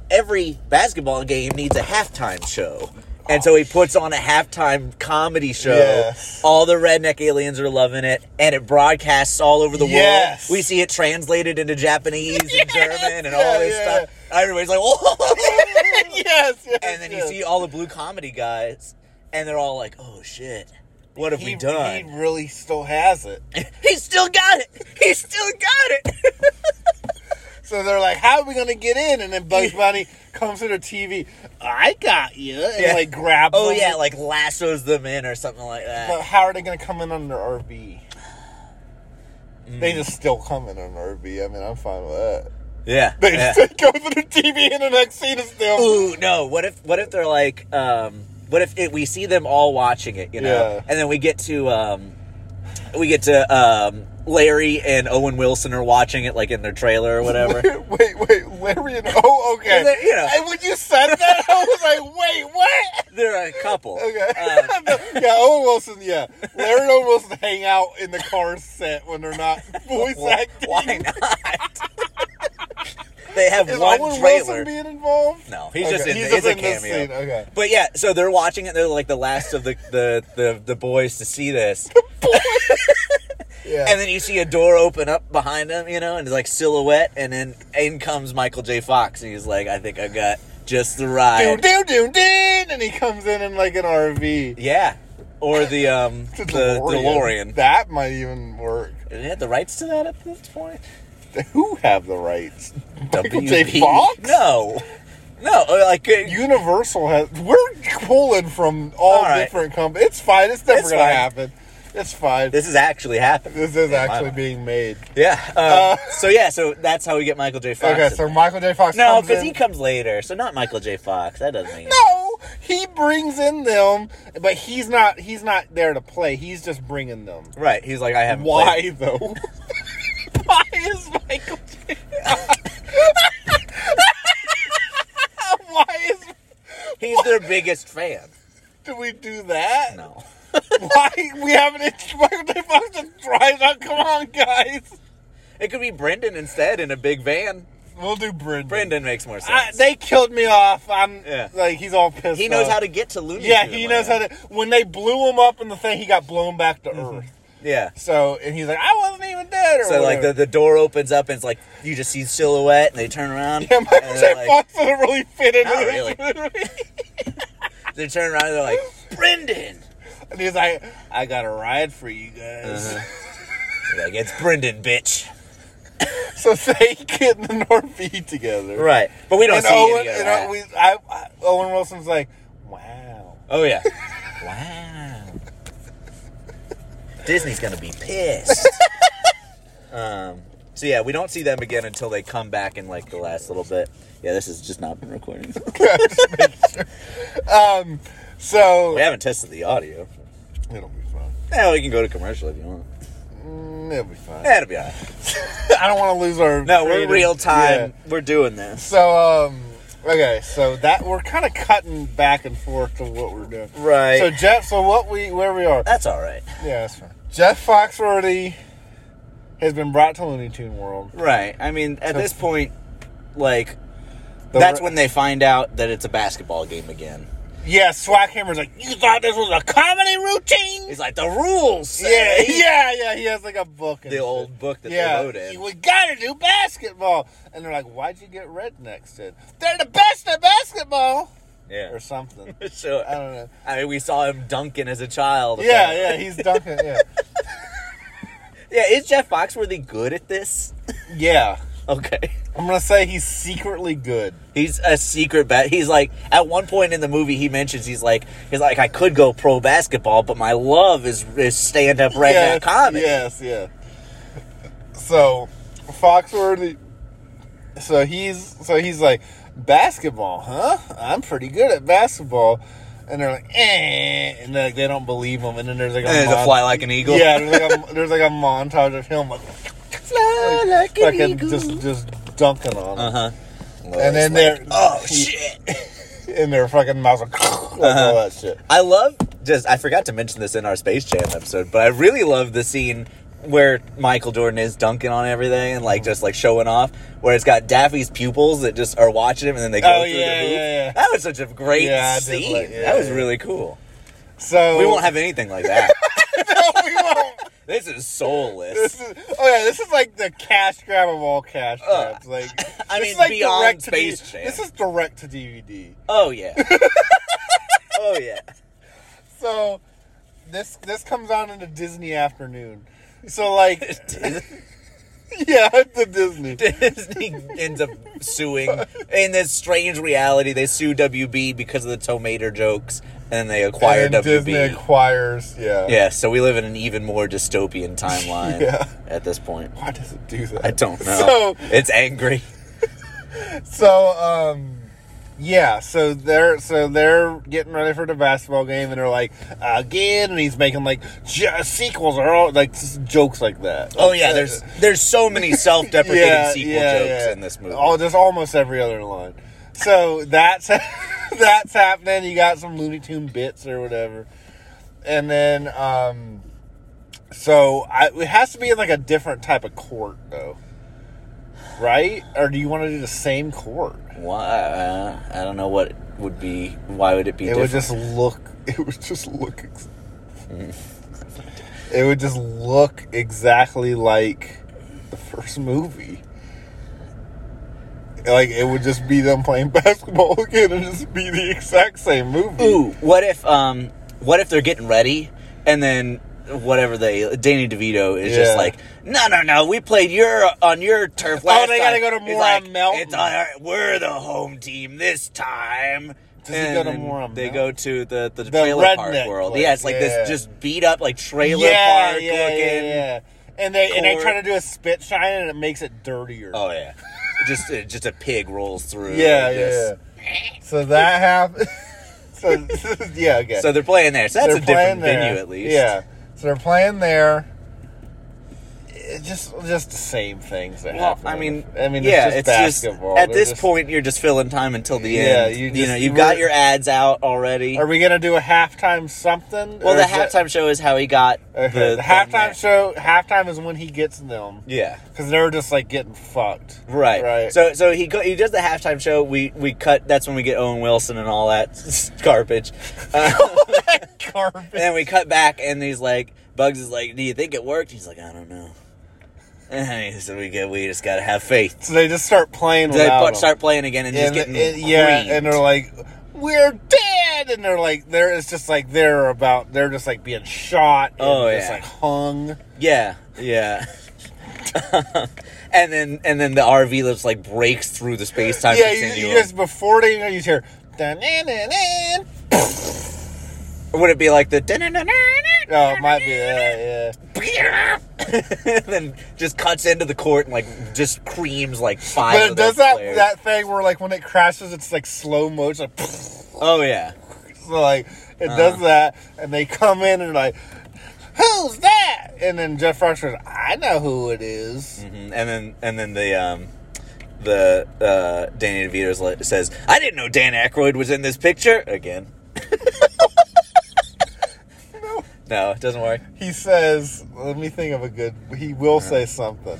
every basketball game needs a halftime show. And so he puts on a halftime comedy show. Yes. All the redneck aliens are loving it, and it broadcasts all over the Yes. world. We see it translated into Japanese and German and all Yeah, this yeah, stuff. Everybody's like, "Whoa!" yes, yes. and then you yes. see all the blue comedy guys, and they're all like, "Oh shit, what have he, we done?" He really still has it. He still got it. He still got it. So they're like, "How are we gonna get in?" And then Bugs Bunny comes to the TV. I got you, and Yeah. like grabs. oh them. yeah, like lassos them in or something like But that. how are they going to come in under RV? Mm. They just still come in under RV. I mean, I'm fine with that. Yeah. They yeah. just go to the TV and the next scene is them. Ooh no. What if what if they're like um what if it, we see them all watching it you know Yeah. and then we get to um we get to um Larry and Owen Wilson are watching it like in their trailer or whatever. Wait, wait, Larry and oh, okay. And then, you know. And when you said that, I was like, wait, what? they're a couple. Okay. Uh, yeah, Owen Wilson. Yeah, Larry and Owen Wilson hang out in the car set when they're not voice Why- acting. Why not? they have Is one Owen trailer. Wilson being involved? no, he's Okay, just in. he's He's, just a in this cameo. scene, okay. But yeah, so they're watching it. They're like the last of the the the, the boys to see this, Yeah. and then you see a door open up behind them, you know, and it's like silhouette, and then in comes Michael J. Fox, and he's like, "I think I got just the Doo, ride." doo, doo, doo, and he comes in in like an RV. Yeah, or the um The the DeLorean. That might even work. Did they have the rights to that at this point? Who have the rights? Michael J. WB? Fox? No, no, like uh, Universal has. We're pulling from all All right. different companies. It's fine. It's never It's going to fine. happen. It's fine. This, this is actually happening. is Yeah, my actually bad. being made. Yeah. Um, so yeah, so that's how we get Michael J. Fox. Uh. Okay, in so there. Michael J. Fox. no, comes because in. he comes later. So not Michael J. Fox. That doesn't mean No, he brings in them, but he's not. He's not there to play. He's just bringing them. Right. He's like, I haven't. Why played. though? Why is Michael J. Fox- Why is He's their biggest fan. do we do that? No. Why we haven't it's Michael J. Fox just drives out? Come on, guys. It could be Brendan instead in a big van. We'll do Brendan. Brendan makes more I, sense. they killed me off. I'm Yeah. like he's all pissed. he knows off. how to get to Looney. Yeah, Tunes he like knows how that. to. When they blew him up in the thing, he got blown back to Earth. Yeah. So and he's like, I wasn't even dead. Or So like the, whatever. the door opens up and it's like you just see silhouette and they turn around. yeah, Michael and J. they're like- Fox doesn't really fit into Not this really. movie. They turn around and they're like Brendan. And he's like, I got a ride for you guys. Uh-huh. They're like it's Brendan, bitch. So they get in the RV together. Right. But we don't And see Owen, any of and that. I, we, I, I, Owen Wilson's like, wow. Oh yeah. wow. Disney's gonna be pissed. um. So yeah, we don't see them again until they come back in like the last little bit. Yeah, this has just not been recording. So we haven't tested the audio. it'll be fun. Now we can go to commercial if you want. Mm, it'll be fun. That'll be alright. I don't want to lose our. No, we're creative- real time. Yeah. We're doing this. So um, okay, so that we're kind of cutting back and forth to what we're doing. Right. So Jeff, so what we where we are? That's all right. Yeah, that's fine. Jeff Foxworthy has been brought to Looney Tune World. Right. I mean, at this point, like The that's re- when they find out that it's a basketball game again. yeah, Swackhammer's like, you thought this was a comedy routine? He's like, the rules. Yeah, say." yeah, yeah. He has like a book. And The shit. old book that yeah, they wrote in. we gotta do basketball. And they're like, why'd you get rednecks? Then they're the best at basketball Yeah. or something. Sure. I don't know. I mean, we saw him dunking as a child. Yeah, yeah. He's dunking. Yeah, Yeah, is Jeff Foxworthy good at this? yeah. Okay. I'm gonna say he's secretly good. He's a secret bet. He's like at one point in the movie he mentions he's like he's like I could go pro basketball, but my love is, is stand up redneck yes, comedy. Yes, yeah. So, Foxworthy. So he's so he's like basketball, huh? I'm pretty good at basketball, and they're like, eh, and like they don't believe him. And then there's like a, And there's a mon- fly like an eagle. Yeah, there's like a, there's like a montage of him like fly like, an fucking eagle. just just dunking on him, uh huh. and then they're oh shit. Uh-huh. in their fucking mouth like, like all that shit. I love just I forgot to mention this in our Space Jam episode, but I really love the scene where Michael Jordan is dunking on everything and Mm-hmm. like just like showing off, where it's got Daffy's pupils that just are watching him and then they go Oh, through yeah, the hoop. yeah, yeah. That was such a great Yeah, I did scene. like- yeah, that was yeah. really cool. So We won't have anything like that. no, we won't. this is soulless. This is, oh yeah, this is like the cash grab of all cash grabs. like Uh, I this mean, is like beyond direct Space to D- Jam. This is direct to DVD. Oh yeah. oh yeah. So this this comes out in the Disney afternoon. So like yeah, the Disney. Disney ends up suing in this strange reality. They sue WB because of the tomato jokes, and they acquire And then WB. Disney acquires yeah. yeah, so we live in an even more dystopian timeline Yeah. at this point. Why does it do that? I don't know. So it's angry. so um yeah, so they're so they're getting ready for the basketball game, and they're like again, and he's making like j- sequels or all like s- jokes like that. Oh yeah, there's there's so many self-deprecating sequel yeah, jokes yeah. in this movie. All just almost every other line. So that's that's happening. You got some Looney Tune bits or whatever, and then um, so I, it has to be in like a different type of court though, right? Or do you want to do the same court? Why? Uh, I don't know what would be. Why would it be? it different? would just look. It would just look. Ex- it would just look exactly like the first movie. Like it would just be them playing basketball again and just be the exact same movie. Ooh, what if um, what if they're getting ready and then whatever they Danny DeVito is Yeah. Oh, just like, no, no, no, we played your on your turf last they gotta time." go to He's Moron like, Mountain. It's our, we're the home team this time. Does he go to then Moron they Mountain? go to the the, trailer redneck park world. place, Yeah, it's like yeah. this just beat up like trailer park looking. And they and they court. try to do a spit shine and it makes it dirtier. Oh yeah, just uh, just a pig rolls through. yeah, like this. yeah, yeah. So that happened. so yeah, okay. So they're playing there. So that's a different venue at least. Yeah. So they're playing there. It just just the same things that Well, happen. I mean, I mean, yeah, it's just basketball. at They're this just- point, you're just filling time until the Yeah, end. you You, just- know, you've we're- got your ads out already. are we gonna do a halftime something? Or well, the is that- halftime show is how he got Okay, The, the, the halftime net. show. Halftime is when he gets them Yeah, because they're just like getting fucked. right. Right. So, so he go, he does the halftime show. We we cut. That's when we get Owen Wilson and all that garbage. Uh, and garbage. then we cut back, and he's like, Bugs is like, "Do you think it worked?" He's like, "I don't know." And he said, "We get, we just gotta have faith." So they just start playing. They without put- him. start playing again and, and, just getting and- yeah, creamed. and they're like, "We're dead," and they're like, "There is just like they're about they're just like being shot, and Oh, just yeah. like hung." Yeah, yeah. and then and then the RV that's like breaks through the space time yeah, you, continuum. you just before they you, know, you hear. "Dun-dun-dun-dun." Would it be like the "Dun-dun-dun-dun-dun"? Oh, it might be yeah, and then just cuts into the court and like just creams like five. But of it does those that players. that thing where like when it crashes, it's like slow motion. Like, Oh yeah. so, like it does that, and they come in and like, who's that? And then Jeff Foxworthy, I know who it is. Mhm. And then and then the um the uh Danny DeVito's like says, I didn't know Dan Aykroyd was in this picture again. no. it doesn't work. He says, "Let me think of a good." He will say something.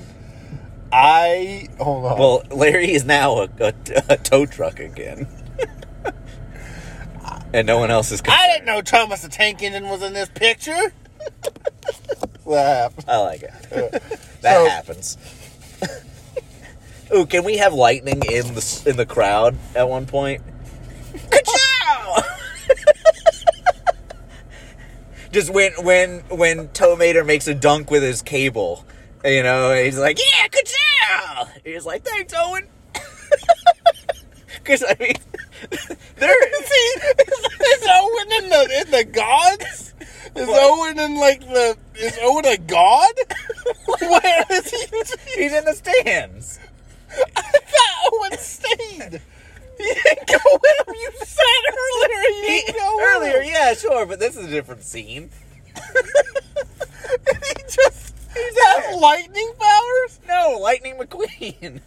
I hold on. Well, Larry is now a, a, a tow truck again. and no one else is. I concerned. didn't know Thomas the Tank Engine was in this picture. Laugh. I like it. that So- happens. Ooh, can we have lightning in the s- in the crowd at one point? Ka-chow! Just when when when Tomater makes a dunk with his cable, you know, he's like, "Yeah, ka-chow!" He's like, "Thanks, Owen." Because I mean, they're See, is Owen in the in the gods? Is Owen in like the is Owen a god? Where is he? he's in the stands. I thought Owen stayed. He didn't go with him. You said earlier he He- didn't go with earlier, him. yeah, sure, but this is a different scene. He just he has lightning powers. No, Lightning McQueen.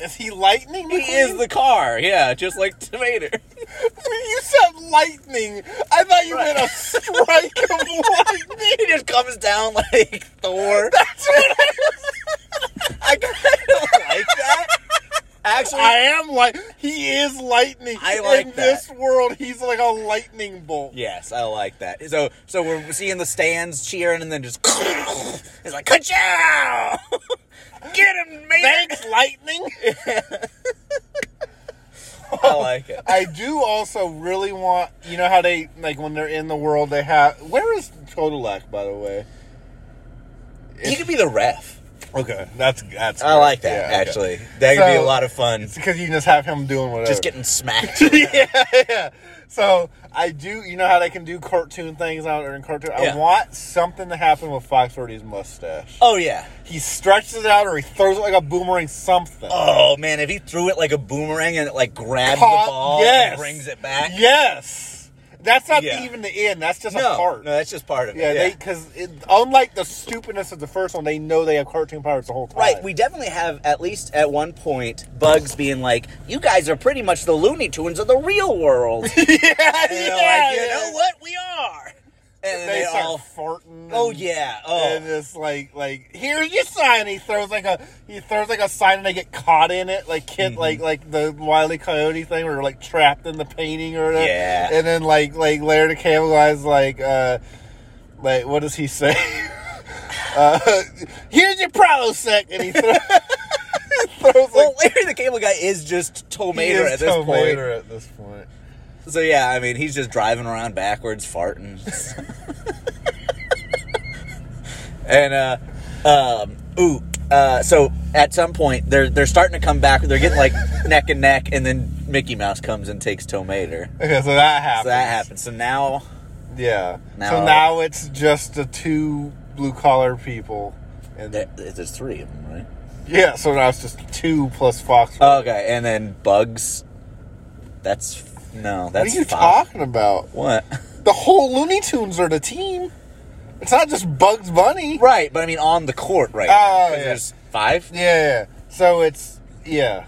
Is he lightning? He is the car, yeah, just like Tomater. You said lightning. I thought you meant a strike of lightning. he just comes down like Thor. That's what I I kind of like that. Actually, I am like he is lightning. I in like that. this world. He's like a lightning bolt. yes, I like that. So, so we're seeing the stands cheering, and then just it's like ka Get him, man! Thanks, lightning. I like it. I do also really want you know how they like when they're in the world they have where is Todolak by the way? He could be the ref. Okay, that's that's I like that. yeah, okay. actually, that could be a So- lot of fun. It's because you can just have him doing whatever. Just getting smacked. yeah, yeah. So I do. You know how they can do cartoon things out or in cartoon. Yeah. I want something to happen with Foxworthy's mustache. oh yeah. He stretches it out or he throws it like a boomerang. Something. Oh man, if he threw it like a boomerang and it like grabbed Caught- the ball yes. and brings it back. Yes. That's not Yeah. even the end. That's just No, a part. no, that's just part of it. yeah, they because unlike the stupidness of the first one, they know they have cartoon powers the whole time. Right, we definitely have at least at one point Bugs being like, "You guys are pretty much the Looney Tunes of the real world." And yeah, yeah, they're like, "You yeah. know what? We are." And They, they, start all, farting. and- "Oh yeah, And oh it's like, like here's your sign. He throws like a he throws like a sign, and they get caught in it, like kid, Mm-hmm. like like the Wile E. Coyote thing, where they're like trapped in the painting or whatever. Yeah. And then like like Laird the Cable Guy's like, uh, like what does he say? uh, here's your Prilosec, and he throws, throws like Well, Larry the Cable Guy is just he Tomater is at this Tomater at this point. point. So yeah, I mean, he's just driving around backwards, farting. and uh, um, ooh, uh, so at some point they're they're starting to come back. They're getting like neck and neck, and then Mickey Mouse comes and takes Tomater. Okay, so that happens. So that happened. So now, Yeah. Now- so now it's just the two blue collar people. And there, there's three of them, right? Yeah, so now it's just two plus Fox. Okay, and then bugs. That's f- no. what are That's you five. talking about? What? The whole Looney Tunes are the team. It's not just Bugs Bunny. Right, but I mean on the court, right? Oh, 'Cause yeah. There's five. Yeah, yeah. So it's yeah.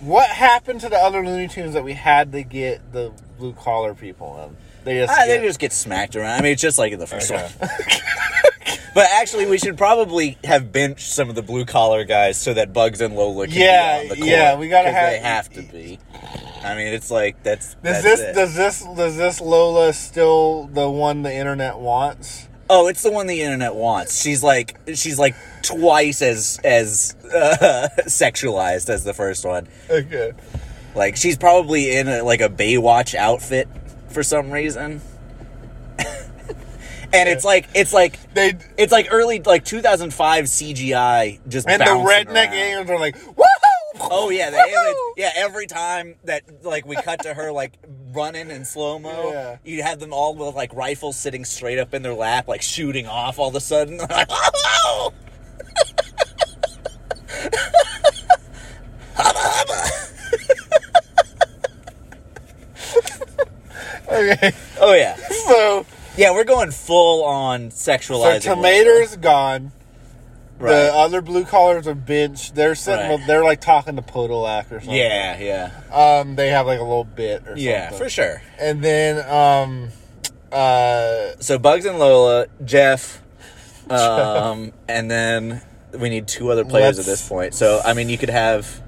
What happened to the other Looney Tunes that we had to get the blue collar people in? They just, Ah, get- they just get smacked around. I mean, it's just like in the first Okay. one. but actually, we should probably have benched some of the blue collar guys so that Bugs and Lola can Yeah, be on the court. yeah, we gotta 'cause have- They have to be. I mean, it's like that's. does that's this it. does this does this Lola still the one the internet wants? Oh, it's the one the internet wants. She's like she's like twice as as uh, sexualized as the first one. Okay. Like she's probably in a, like a Baywatch outfit for some reason. and it's like it's like They it's like early like 2005 CGI just and the bouncing redneck around. aliens are like, woohoo! Oh yeah, the Woohoo! aliens. Yeah, every time that like we cut to her like running in slow mo, Yeah. you have them all with like rifles sitting straight up in their lap, like shooting off all of a sudden. Like, Okay. oh yeah, So yeah, we're going full on sexualizing. So tomato's gone. right? The other blue collars are bench. They're sitting. Right. They're like talking to Podolak or something. yeah, yeah, Um. They have like a little bit or yeah, something. for sure. And then um, uh, So Bugs and Lola, Jeff, um, and then we need two other players at Let's- this point. So I mean, you could have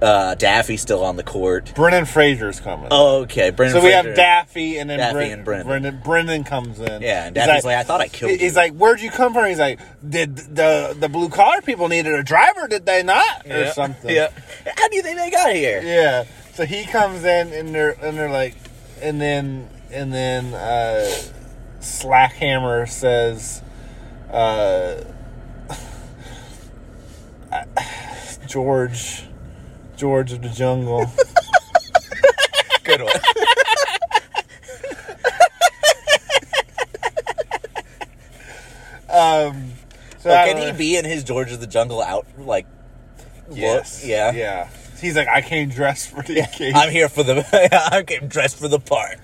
uh, Daffy still on the court. Brennan Fraser's coming. Oh, okay, Brendan. so we Fraser. have Daffy and then Daffy Bren- and Brennan. Brennan. Brennan comes in. Yeah, and He's Daffy's like, "I thought I killed He's you." like, "Where'd you come from?" He's like, "Did the the blue collar people needed a driver? Did they not, or Yeah. something?" Yeah. How do you think they got here? Yeah. So he comes in and they're and they're like, and then and then uh, Slackhammer says, uh, George, George of the Jungle. Good one. Um, so I Like, don't can he know. be in his George of the Jungle out like? look? Yes. Yeah. Yeah. He's like, I can't dress for the occasion. I'm here for the. I'm getting dressed for the part.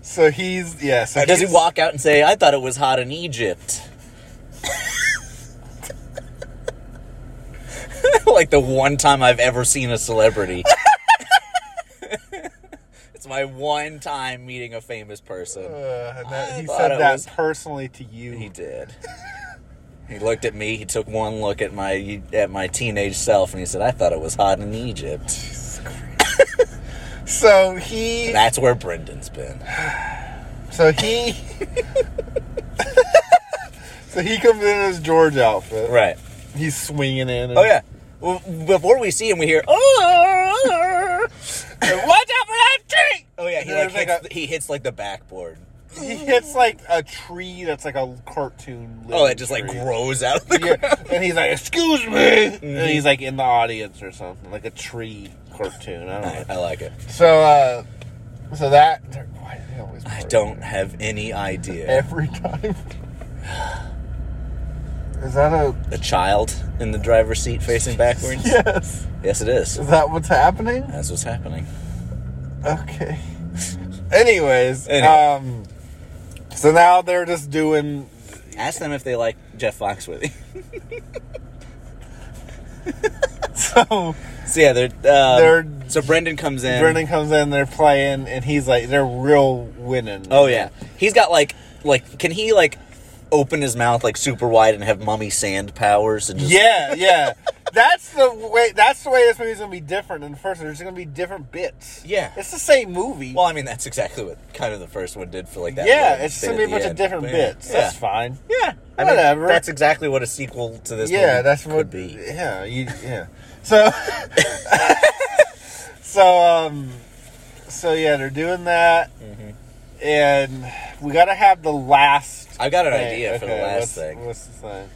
so he's yeah. So Or does he he's- walk out and say, "I thought it was hot in Egypt"? like the one time I've ever seen a celebrity. it's my one time meeting a famous person. Uh, that, he thought it said that was- personally to you. He did. He looked at me. He took one look at my at my teenage self, and he said, "I thought it was hot in Egypt." So he. That's where Brendan's been. So he. so he comes in as George outfit. Right. He's swinging in. And, Oh yeah. Well, before we see him, we hear oh. And, Watch out for that tree! Oh yeah, he And like, there's, hits, he hits like the backboard. a, he hits like a tree that's like a cartoon. Oh, it living just like tree. grows out of the ground. Yeah, and he's like, "Excuse me," Mm-hmm. and he's like in the audience or something, like a tree cartoon. I don't know. I, I like it. So, uh, so that. Why do they always? I fart don't have any idea. every time. Is that a A child in the driver's seat facing backwards. yes? Yes, it is. Is that what's happening? That's what's happening. Okay. Anyways, Anyway. um, so now they're just doing. Ask them if they like Jeff Foxworthy. So so yeah, they're, uh, They're- so Brendan comes in. Brendan comes in, they're playing, and he's like, they're real winning. Oh yeah, he's got like like can he like open his mouth like super wide and have mummy sand powers and just yeah, yeah. That's the way. That's the way this movie's gonna be different than the first. one. There's gonna be different bits. Yeah. it's the same movie. Well, I mean that's exactly what kind of the first one did for like that. yeah, little it's just bit gonna be at a the bunch of end. different But, yeah. bits. That's fine. Yeah, I Whatever. Mean, that's exactly what a sequel to this. yeah, movie that's could what. be. Yeah, you, yeah. So, so um, so yeah, they're doing that, Mm-hmm. and we gotta have the last. I've got an thing. idea for the Okay, last what's- thing. What's the thing?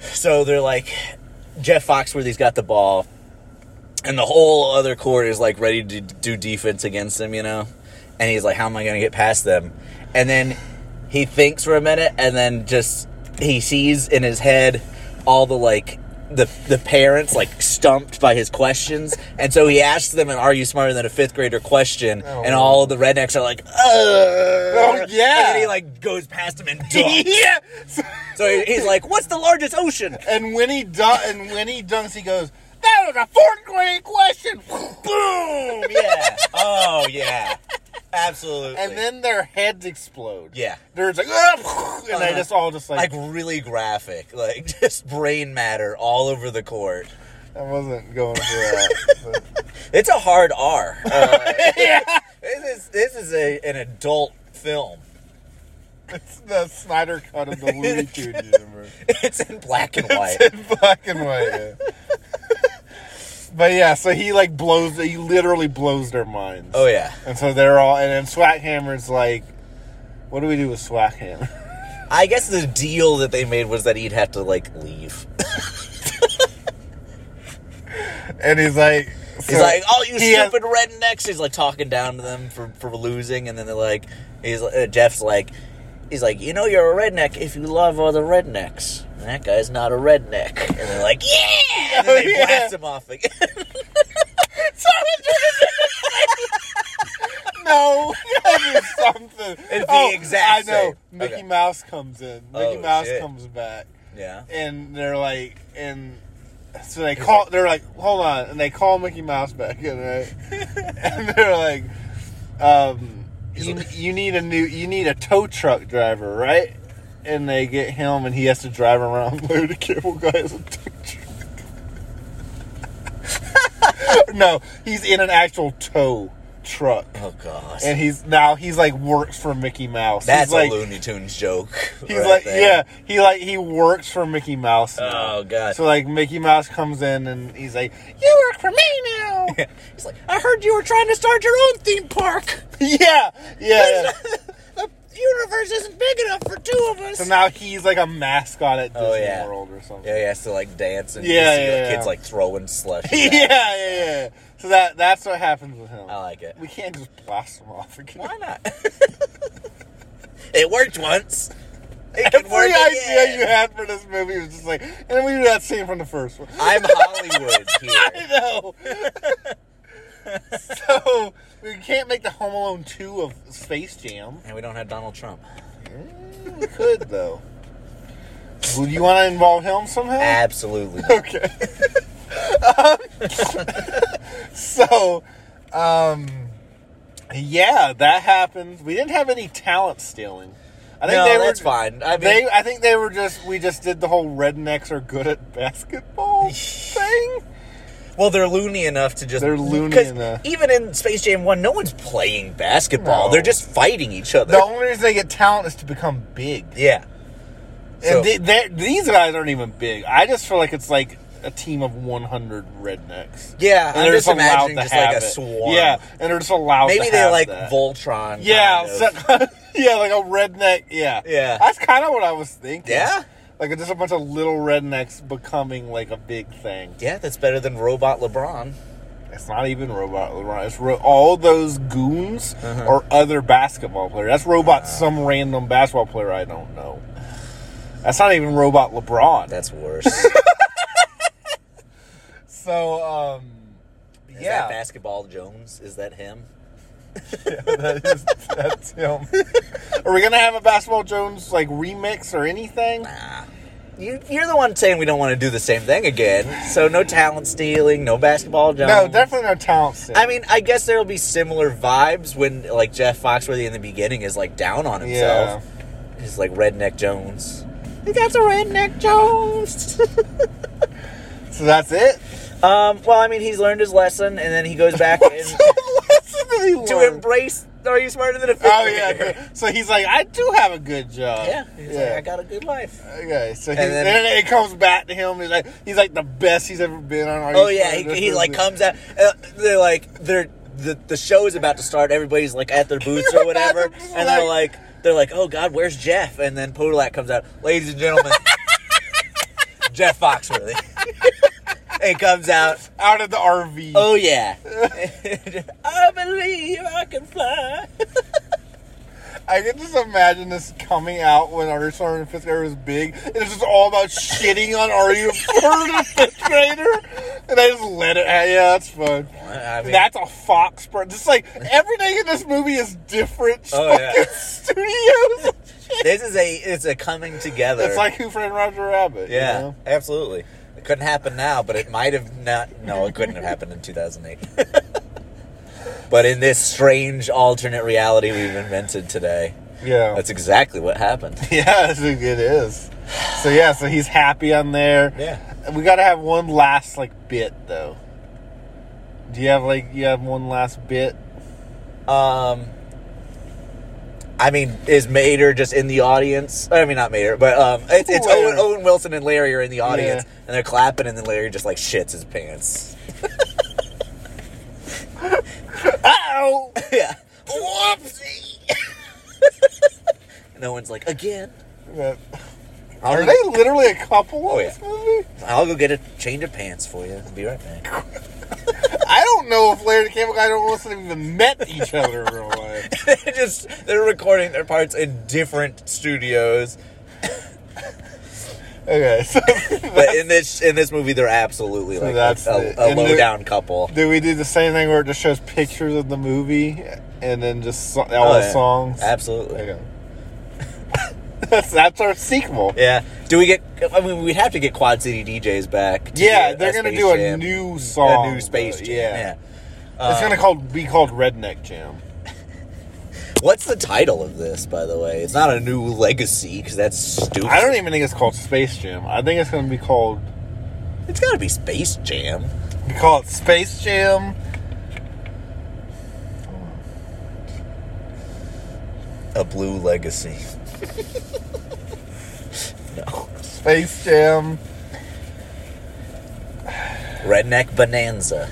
So they're like, Jeff Foxworthy's got the ball, and the whole other court is like ready to do defense against him, you know. And he's like, "How am I going to get past them?" And then he thinks for a minute, and then just he sees in his head all the like. The, the parents like stumped by his questions and so he asks them an are you smarter than a fifth grader question and all the rednecks are like Ugh. oh Oh, yeah. and then he like goes past him and dunks. yeah. So- So he- he's like, "What's the largest ocean?" and when he dun- and when he dunks, he goes, "That was a fourth grade question." Boom. Yeah. Oh yeah. Absolutely. And then their heads explode. Yeah. They're just like, "Ah," and they Uh-huh. just all just like really graphic, like just brain matter all over the court. I wasn't going for that. but- It's a hard R. Uh, yeah. this is this is a, an adult film. It's the Snyder cut of the Looney Tunes universe. It's in black and white. It's in black and white. yeah. but yeah, so he like blows. He literally blows their minds. Oh yeah. And so they're all. And then Swathammer's like, "What do we do with Swathammer?" I guess the deal that they made was that he'd have to like leave. And he's like, He's so like, "Oh, you he has- stupid rednecks!" He's like talking down to them for, for losing, and then they're like, "He's uh, Jeff's like, he's like, you know, you're a redneck if you love other rednecks. And that guy's not a redneck." And they're like, "Yeah!" And then Oh, they yeah. blast him off again. no, do something. "Oh, Oh, It's the I exact know. same. Mickey Okay. Mouse comes in. Mickey Oh, Mouse shit. comes back, yeah. and they're like, and so they call. They're like, hold on, and they call Mickey Mouse back in, right? and they're like, um, you, you need a new, you need a tow truck driver, right? And they get him, and he has to drive around. Larry the Cable Guy as a tow truck. no, he's in an actual tow truck. Oh gosh, And he's now he's like works for Mickey Mouse. that's he's like, a Looney Tunes joke. He's right like there. yeah, he like he works for Mickey Mouse. now. Oh god. So like Mickey Mouse comes in and he's like, "You work for me now." he's like, I heard you were trying to start your own theme park. yeah, yeah. yeah. the universe isn't big enough for two of us. So now he's like a mascot at Disney Oh, yeah. World or something. yeah, he has to like dance and Yeah, you see, yeah, like, yeah. kids like throwing slush. yeah, yeah, yeah. So that that's what happens with him. I like it. We can't just blast him off again. Why not? it worked once. It could work Every idea again. you had for this movie was just like, and we do that scene from the first one. I'm Hollywood I here. know. so we can't make the Home Alone two of Space Jam. And we don't have Donald Trump. We could though. Would you want to involve him somehow? Absolutely. Okay. so, um, yeah, that happened. We didn't have any talent stealing. I no, that's fine. I mean, They, I think they were just. We just did the whole rednecks are good at basketball thing. well, they're loony enough to just They're loony 'cause enough. Even in Space Jam One, no one's playing basketball. No. They're just fighting each other. The only reason they get talent is to become big. Yeah. So- and they, they, these guys aren't even big. I just feel like it's like a team of 100 rednecks. Yeah, and I'm they're just allowed imagining to just like have a it. swarm. Yeah, and they're just allowed. Maybe to they're have like that. Voltron. Yeah, kind of. so- yeah, like a redneck. Yeah, Yeah. That's kind of what I was thinking. Yeah? like just a bunch of little rednecks becoming like a big thing. yeah, that's better than Robot LeBron. It's not even robot LeBron. It's ro- all those goons Uh-huh. or other basketball player. That's robot some random basketball player I don't know. That's not even robot LeBron. That's worse. Is so um, that yeah, Basketball Jones? Is that him? that is that's him. Are we gonna have a Basketball Jones like remix or anything? You, you're the one saying we don't want to do the same thing again. So no talent stealing, no Basketball Jones. No, definitely no talent. Sid. I mean, I guess there'll be similar vibes when like Jeff Foxworthy in the beginning is like down on himself. He's like redneck Jones. He got a redneck Jones. So that's it. um, well, I mean, he's learned his lesson, and then he goes back and Listen to me, to Lauren. embrace. Are you smarter than a fifth Oh grader? yeah. So he's like, I do have a good job. yeah. He's Yeah. like, I got a good life. Okay, so he, And and then- then, it comes back to him. He's like, he's like the best he's ever been on. Are Oh You yeah, Smarter he, Than he This? like comes out. Uh, they're like they're the the show is about to start. Everybody's like at their booths or whatever, and they're like they're like, oh god, where's Jeff? And then Podolak comes out, ladies and gentlemen, Jeff Foxworthy. and comes out. out of the RV. Oh yeah, I believe I can fly. I can just imagine this coming out when Artie Starr in fifth grader was big. And it's just all about shitting on Artie for the fifth grader. And I just let it. Yeah, that's fun. I mean, that's a Fox bro. Just like everything in this movie is different. Oh, yeah. fucking Studios. this is a it's a coming together. It's like Who Framed Roger Rabbit. you Yeah, know? absolutely. It couldn't happen now, but it might have not. No, it couldn't have happened in 2008. but in this strange alternate reality we've invented today, Yeah. that's exactly what happened. Yeah, it's- it is. So yeah, so he's happy on there. Yeah. We gotta have one last like bit though. Do you have like you have one last bit? Um, I mean, is Mater just in the audience? I mean, not Mater, but um, it's, it's Larry. Owen, Owen Wilson and Larry are in the audience, Yeah. and they're clapping, and then Larry just like shits his pants. Oh yeah. Whoopsie. no one's like again. I'll Are go- they literally a couple Oh, in yeah. this movie? I'll go get a change of pants for you. I'll be right back. I don't know if Larry the Cable Guy don't listen to even met each other in real life. they're just they're recording their parts in different studios, Okay, so but in this in this movie they're absolutely like that's a, the- a, and low they're- down couple. do we do the same thing where it just shows pictures of the movie and then just so- all Oh, the yeah. songs? Absolutely. Okay. that's that's our sequel. Yeah. Do we get? I mean, we'd have to get Quad City DJs back. to Yeah, do they're a gonna Space do a Jam- new song, a new Space but Jam. yeah. Yeah. Uh, It's gonna called be called Redneck Jam. What's the title of this, by the way? It's not a new legacy because that's stupid. I don't even think it's called Space Jam. I think it's gonna be called It's got to be Space Jam. You call it Space Jam. A Blue Legacy. no. Space Jam. Redneck Bonanza.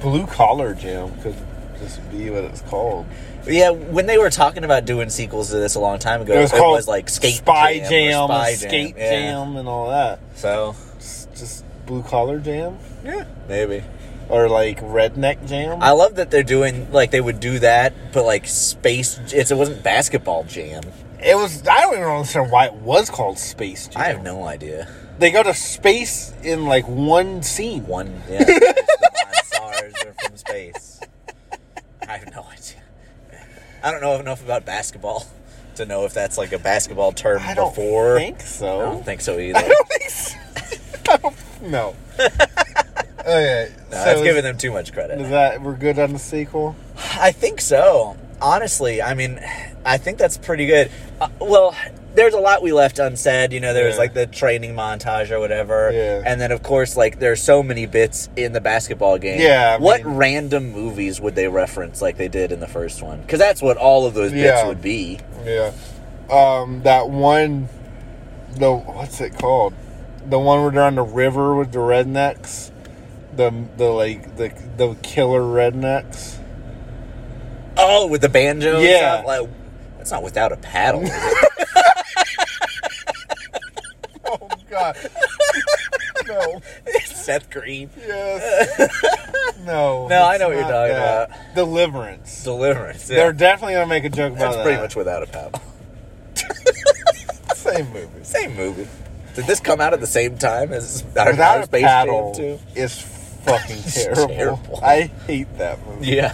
Blue Collar Jam could just be what it's called. Yeah, when they were talking about doing sequels to this a long time ago, It was called like Skate Spy Jam, or Jam, Spy and Skate yeah. Jam, and all that. So It's just Blue Collar Jam. Yeah. maybe Or like Redneck Jam. I love that they're doing like they would do that, but like space. It's, it wasn't basketball jam. it was. I don't even understand why it was called Space Jam. I have no idea. They go to space in like one scene. One, yeah, the stars are from space. I have no idea. I don't know enough about basketball to know if that's like a basketball term I don't before. think so. I don't think so either. I don't think so. I don't- no. okay. No, so that's is- giving them too much credit. is that we're good on the sequel? I think so. Honestly, I mean, I think that's pretty good. Uh, well, there's a lot we left unsaid. You know, there was Yeah. like the training montage or whatever, Yeah. and then of course, like there's so many bits in the basketball game. Yeah, I what mean- random movies would they reference like they did in the first one? Because that's what all of those bits Yeah. would be. Yeah. Um, that one, the what's it called? The one where they're on the river with the rednecks, the the like the the killer rednecks. Oh, with the banjo. and Yeah. stuff? like that's not without a paddle. is it? Oh God. no. Seth Green, Yes. No. No, I it's know what you're not talking that. about. Deliverance. Deliverance. yeah. They're definitely gonna make a joke about that's pretty that. much without a paddle. same movie. Same movie. Did this come out at the same time as our, Without our a Space paddle Jam 2? is fucking terrible. terrible. I hate that movie.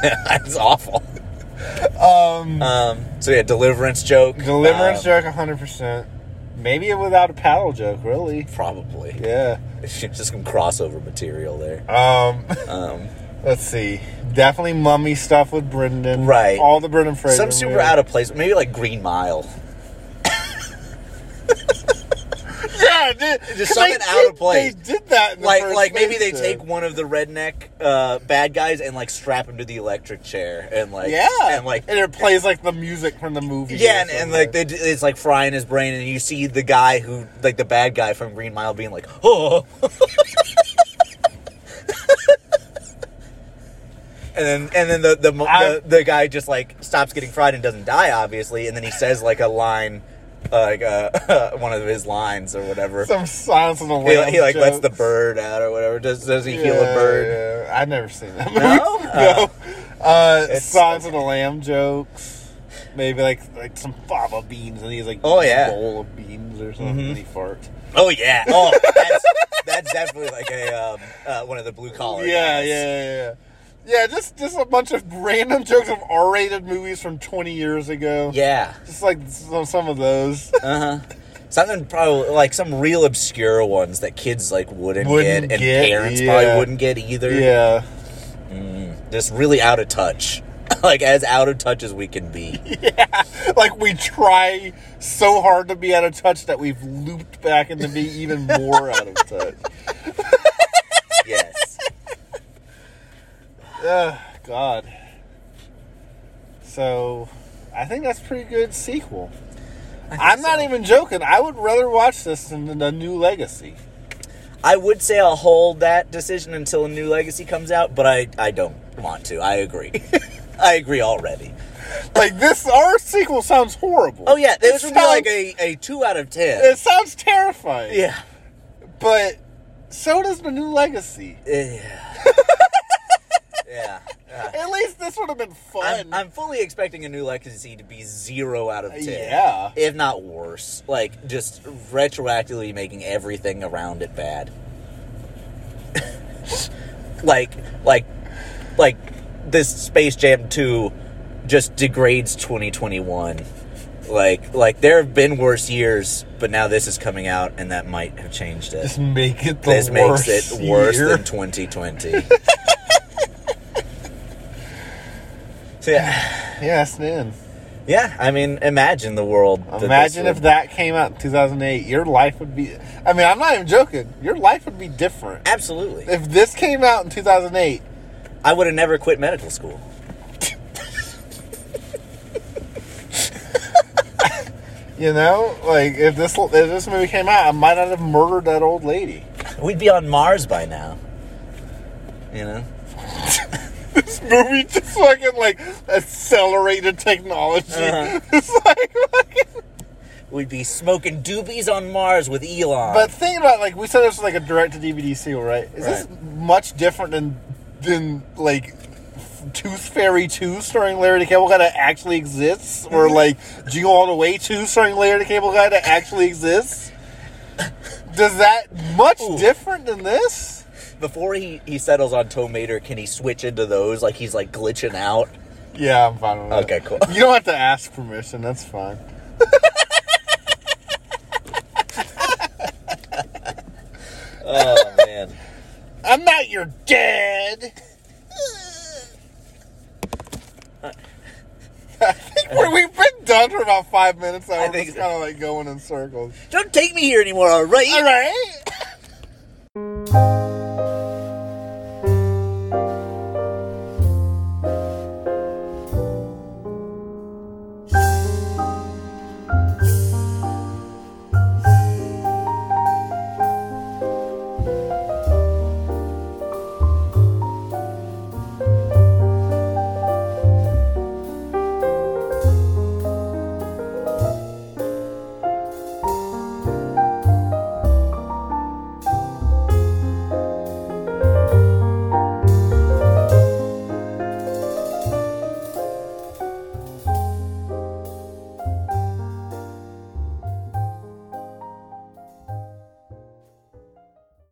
Yeah. it's awful. Um, so yeah, deliverance joke. Deliverance Um, joke, hundred percent. Maybe a without a paddle joke, really. Probably. Yeah. It's just some crossover material there. Um, Um, let's see. Definitely mummy stuff with Brendan. Right. All the Brendan Fraser. some super movies. out of place. Maybe like Green Mile. Yeah, dude. 'cause something they out did- of place. They did that. In the Like first like maybe they Space take Jam. one of the redneck uh, bad guys and like strap him to the electric chair and like Yeah. and like and it plays like the music from the movie. Yeah, or and, and something. like they, d- it's like frying his brain, and you see the guy who, like the bad guy from Green Mile, being like, "Oh," and then and then the the, mo- I'm- the the guy just like stops getting fried and doesn't die, obviously, and then he says like a line, uh, like uh, one of his lines or whatever. some silence of the he, lambs. like- he, like lets the joke. bird out or whatever. Does does he yeah, heal a bird? Yeah. I've never seen that movie. No? No. Uh, It's- Silence of the Lamb jokes. Maybe like like some fava beans, and he's like, Oh, yeah. a Mm-hmm. bowl of beans or something, and he farts. Oh yeah. Oh, that's, that's definitely like a um, uh, one of the blue collar. Yeah, yeah, guys. yeah, yeah. Yeah, just just a bunch of random jokes of R-rated movies from 20 years ago. Yeah. Just like some, some of those. Uh huh. Something probably like some real obscure ones that kids like wouldn't, Wouldn't get, and get, parents yeah. probably wouldn't get either. yeah. Just really out of touch, like as out of touch as we can be. Like we try so hard to be out of touch that we've looped back into being even more out of touch. yes. Ugh, God. So, I think that's a pretty good sequel. I'm not even joking. I would rather watch this than the new Legacy. I would say I'll hold that decision until a new legacy comes out, but I I don't want to. I agree. I agree already. Like this, our sequel sounds horrible. Oh yeah, It this would be like sounds- a, a two out of ten. It sounds terrifying. yeah. but so does the new Legacy. Yeah. yeah. Yeah. At least this would have been fun. I'm, I'm fully expecting a new legacy to be zero out of ten. Uh, Yeah. If not worse. Like, just retroactively making everything around it bad. like, like, like, this Space Jam 2 just degrades 2021. Like, like there have been worse years, but now this is coming out, and that might have changed it. Just make it the this worst makes it worse year. than 2020. so, yeah. yeah, that's in. Yeah, I mean, imagine the world. that this Imagine if would- that came out in 2008. Your life would be. I mean, I'm not even joking. Your life would be different. Absolutely. If this came out in 2008, I would have never quit medical school. you know, like if this if this movie came out, I might not have murdered that old lady. We'd be on Mars by now. You know? This movie just fucking like accelerated technology. Uh-huh. It's like, We'd be smoking doobies on Mars with Elon. but think about like we said this was like a direct to DVD seal, right? Is this much different than than like? Tooth Fairy 2 starring Larry the Cable Guy that actually exists? Mm-hmm. Or like Jingle All the Way 2 starring Larry the Cable Guy that actually exists? Does that much Ooh. different than this? before he, he settles on Tomater, can he switch into those like he's like glitching out? Yeah, I'm fine with that. Okay, cool. You don't have to ask permission. That's fine. Oh man. I'm not your dad. I think we're, we've been done for about five minutes. Now. I We're think just kind of like going in circles. Don't take me here anymore, alright? All right.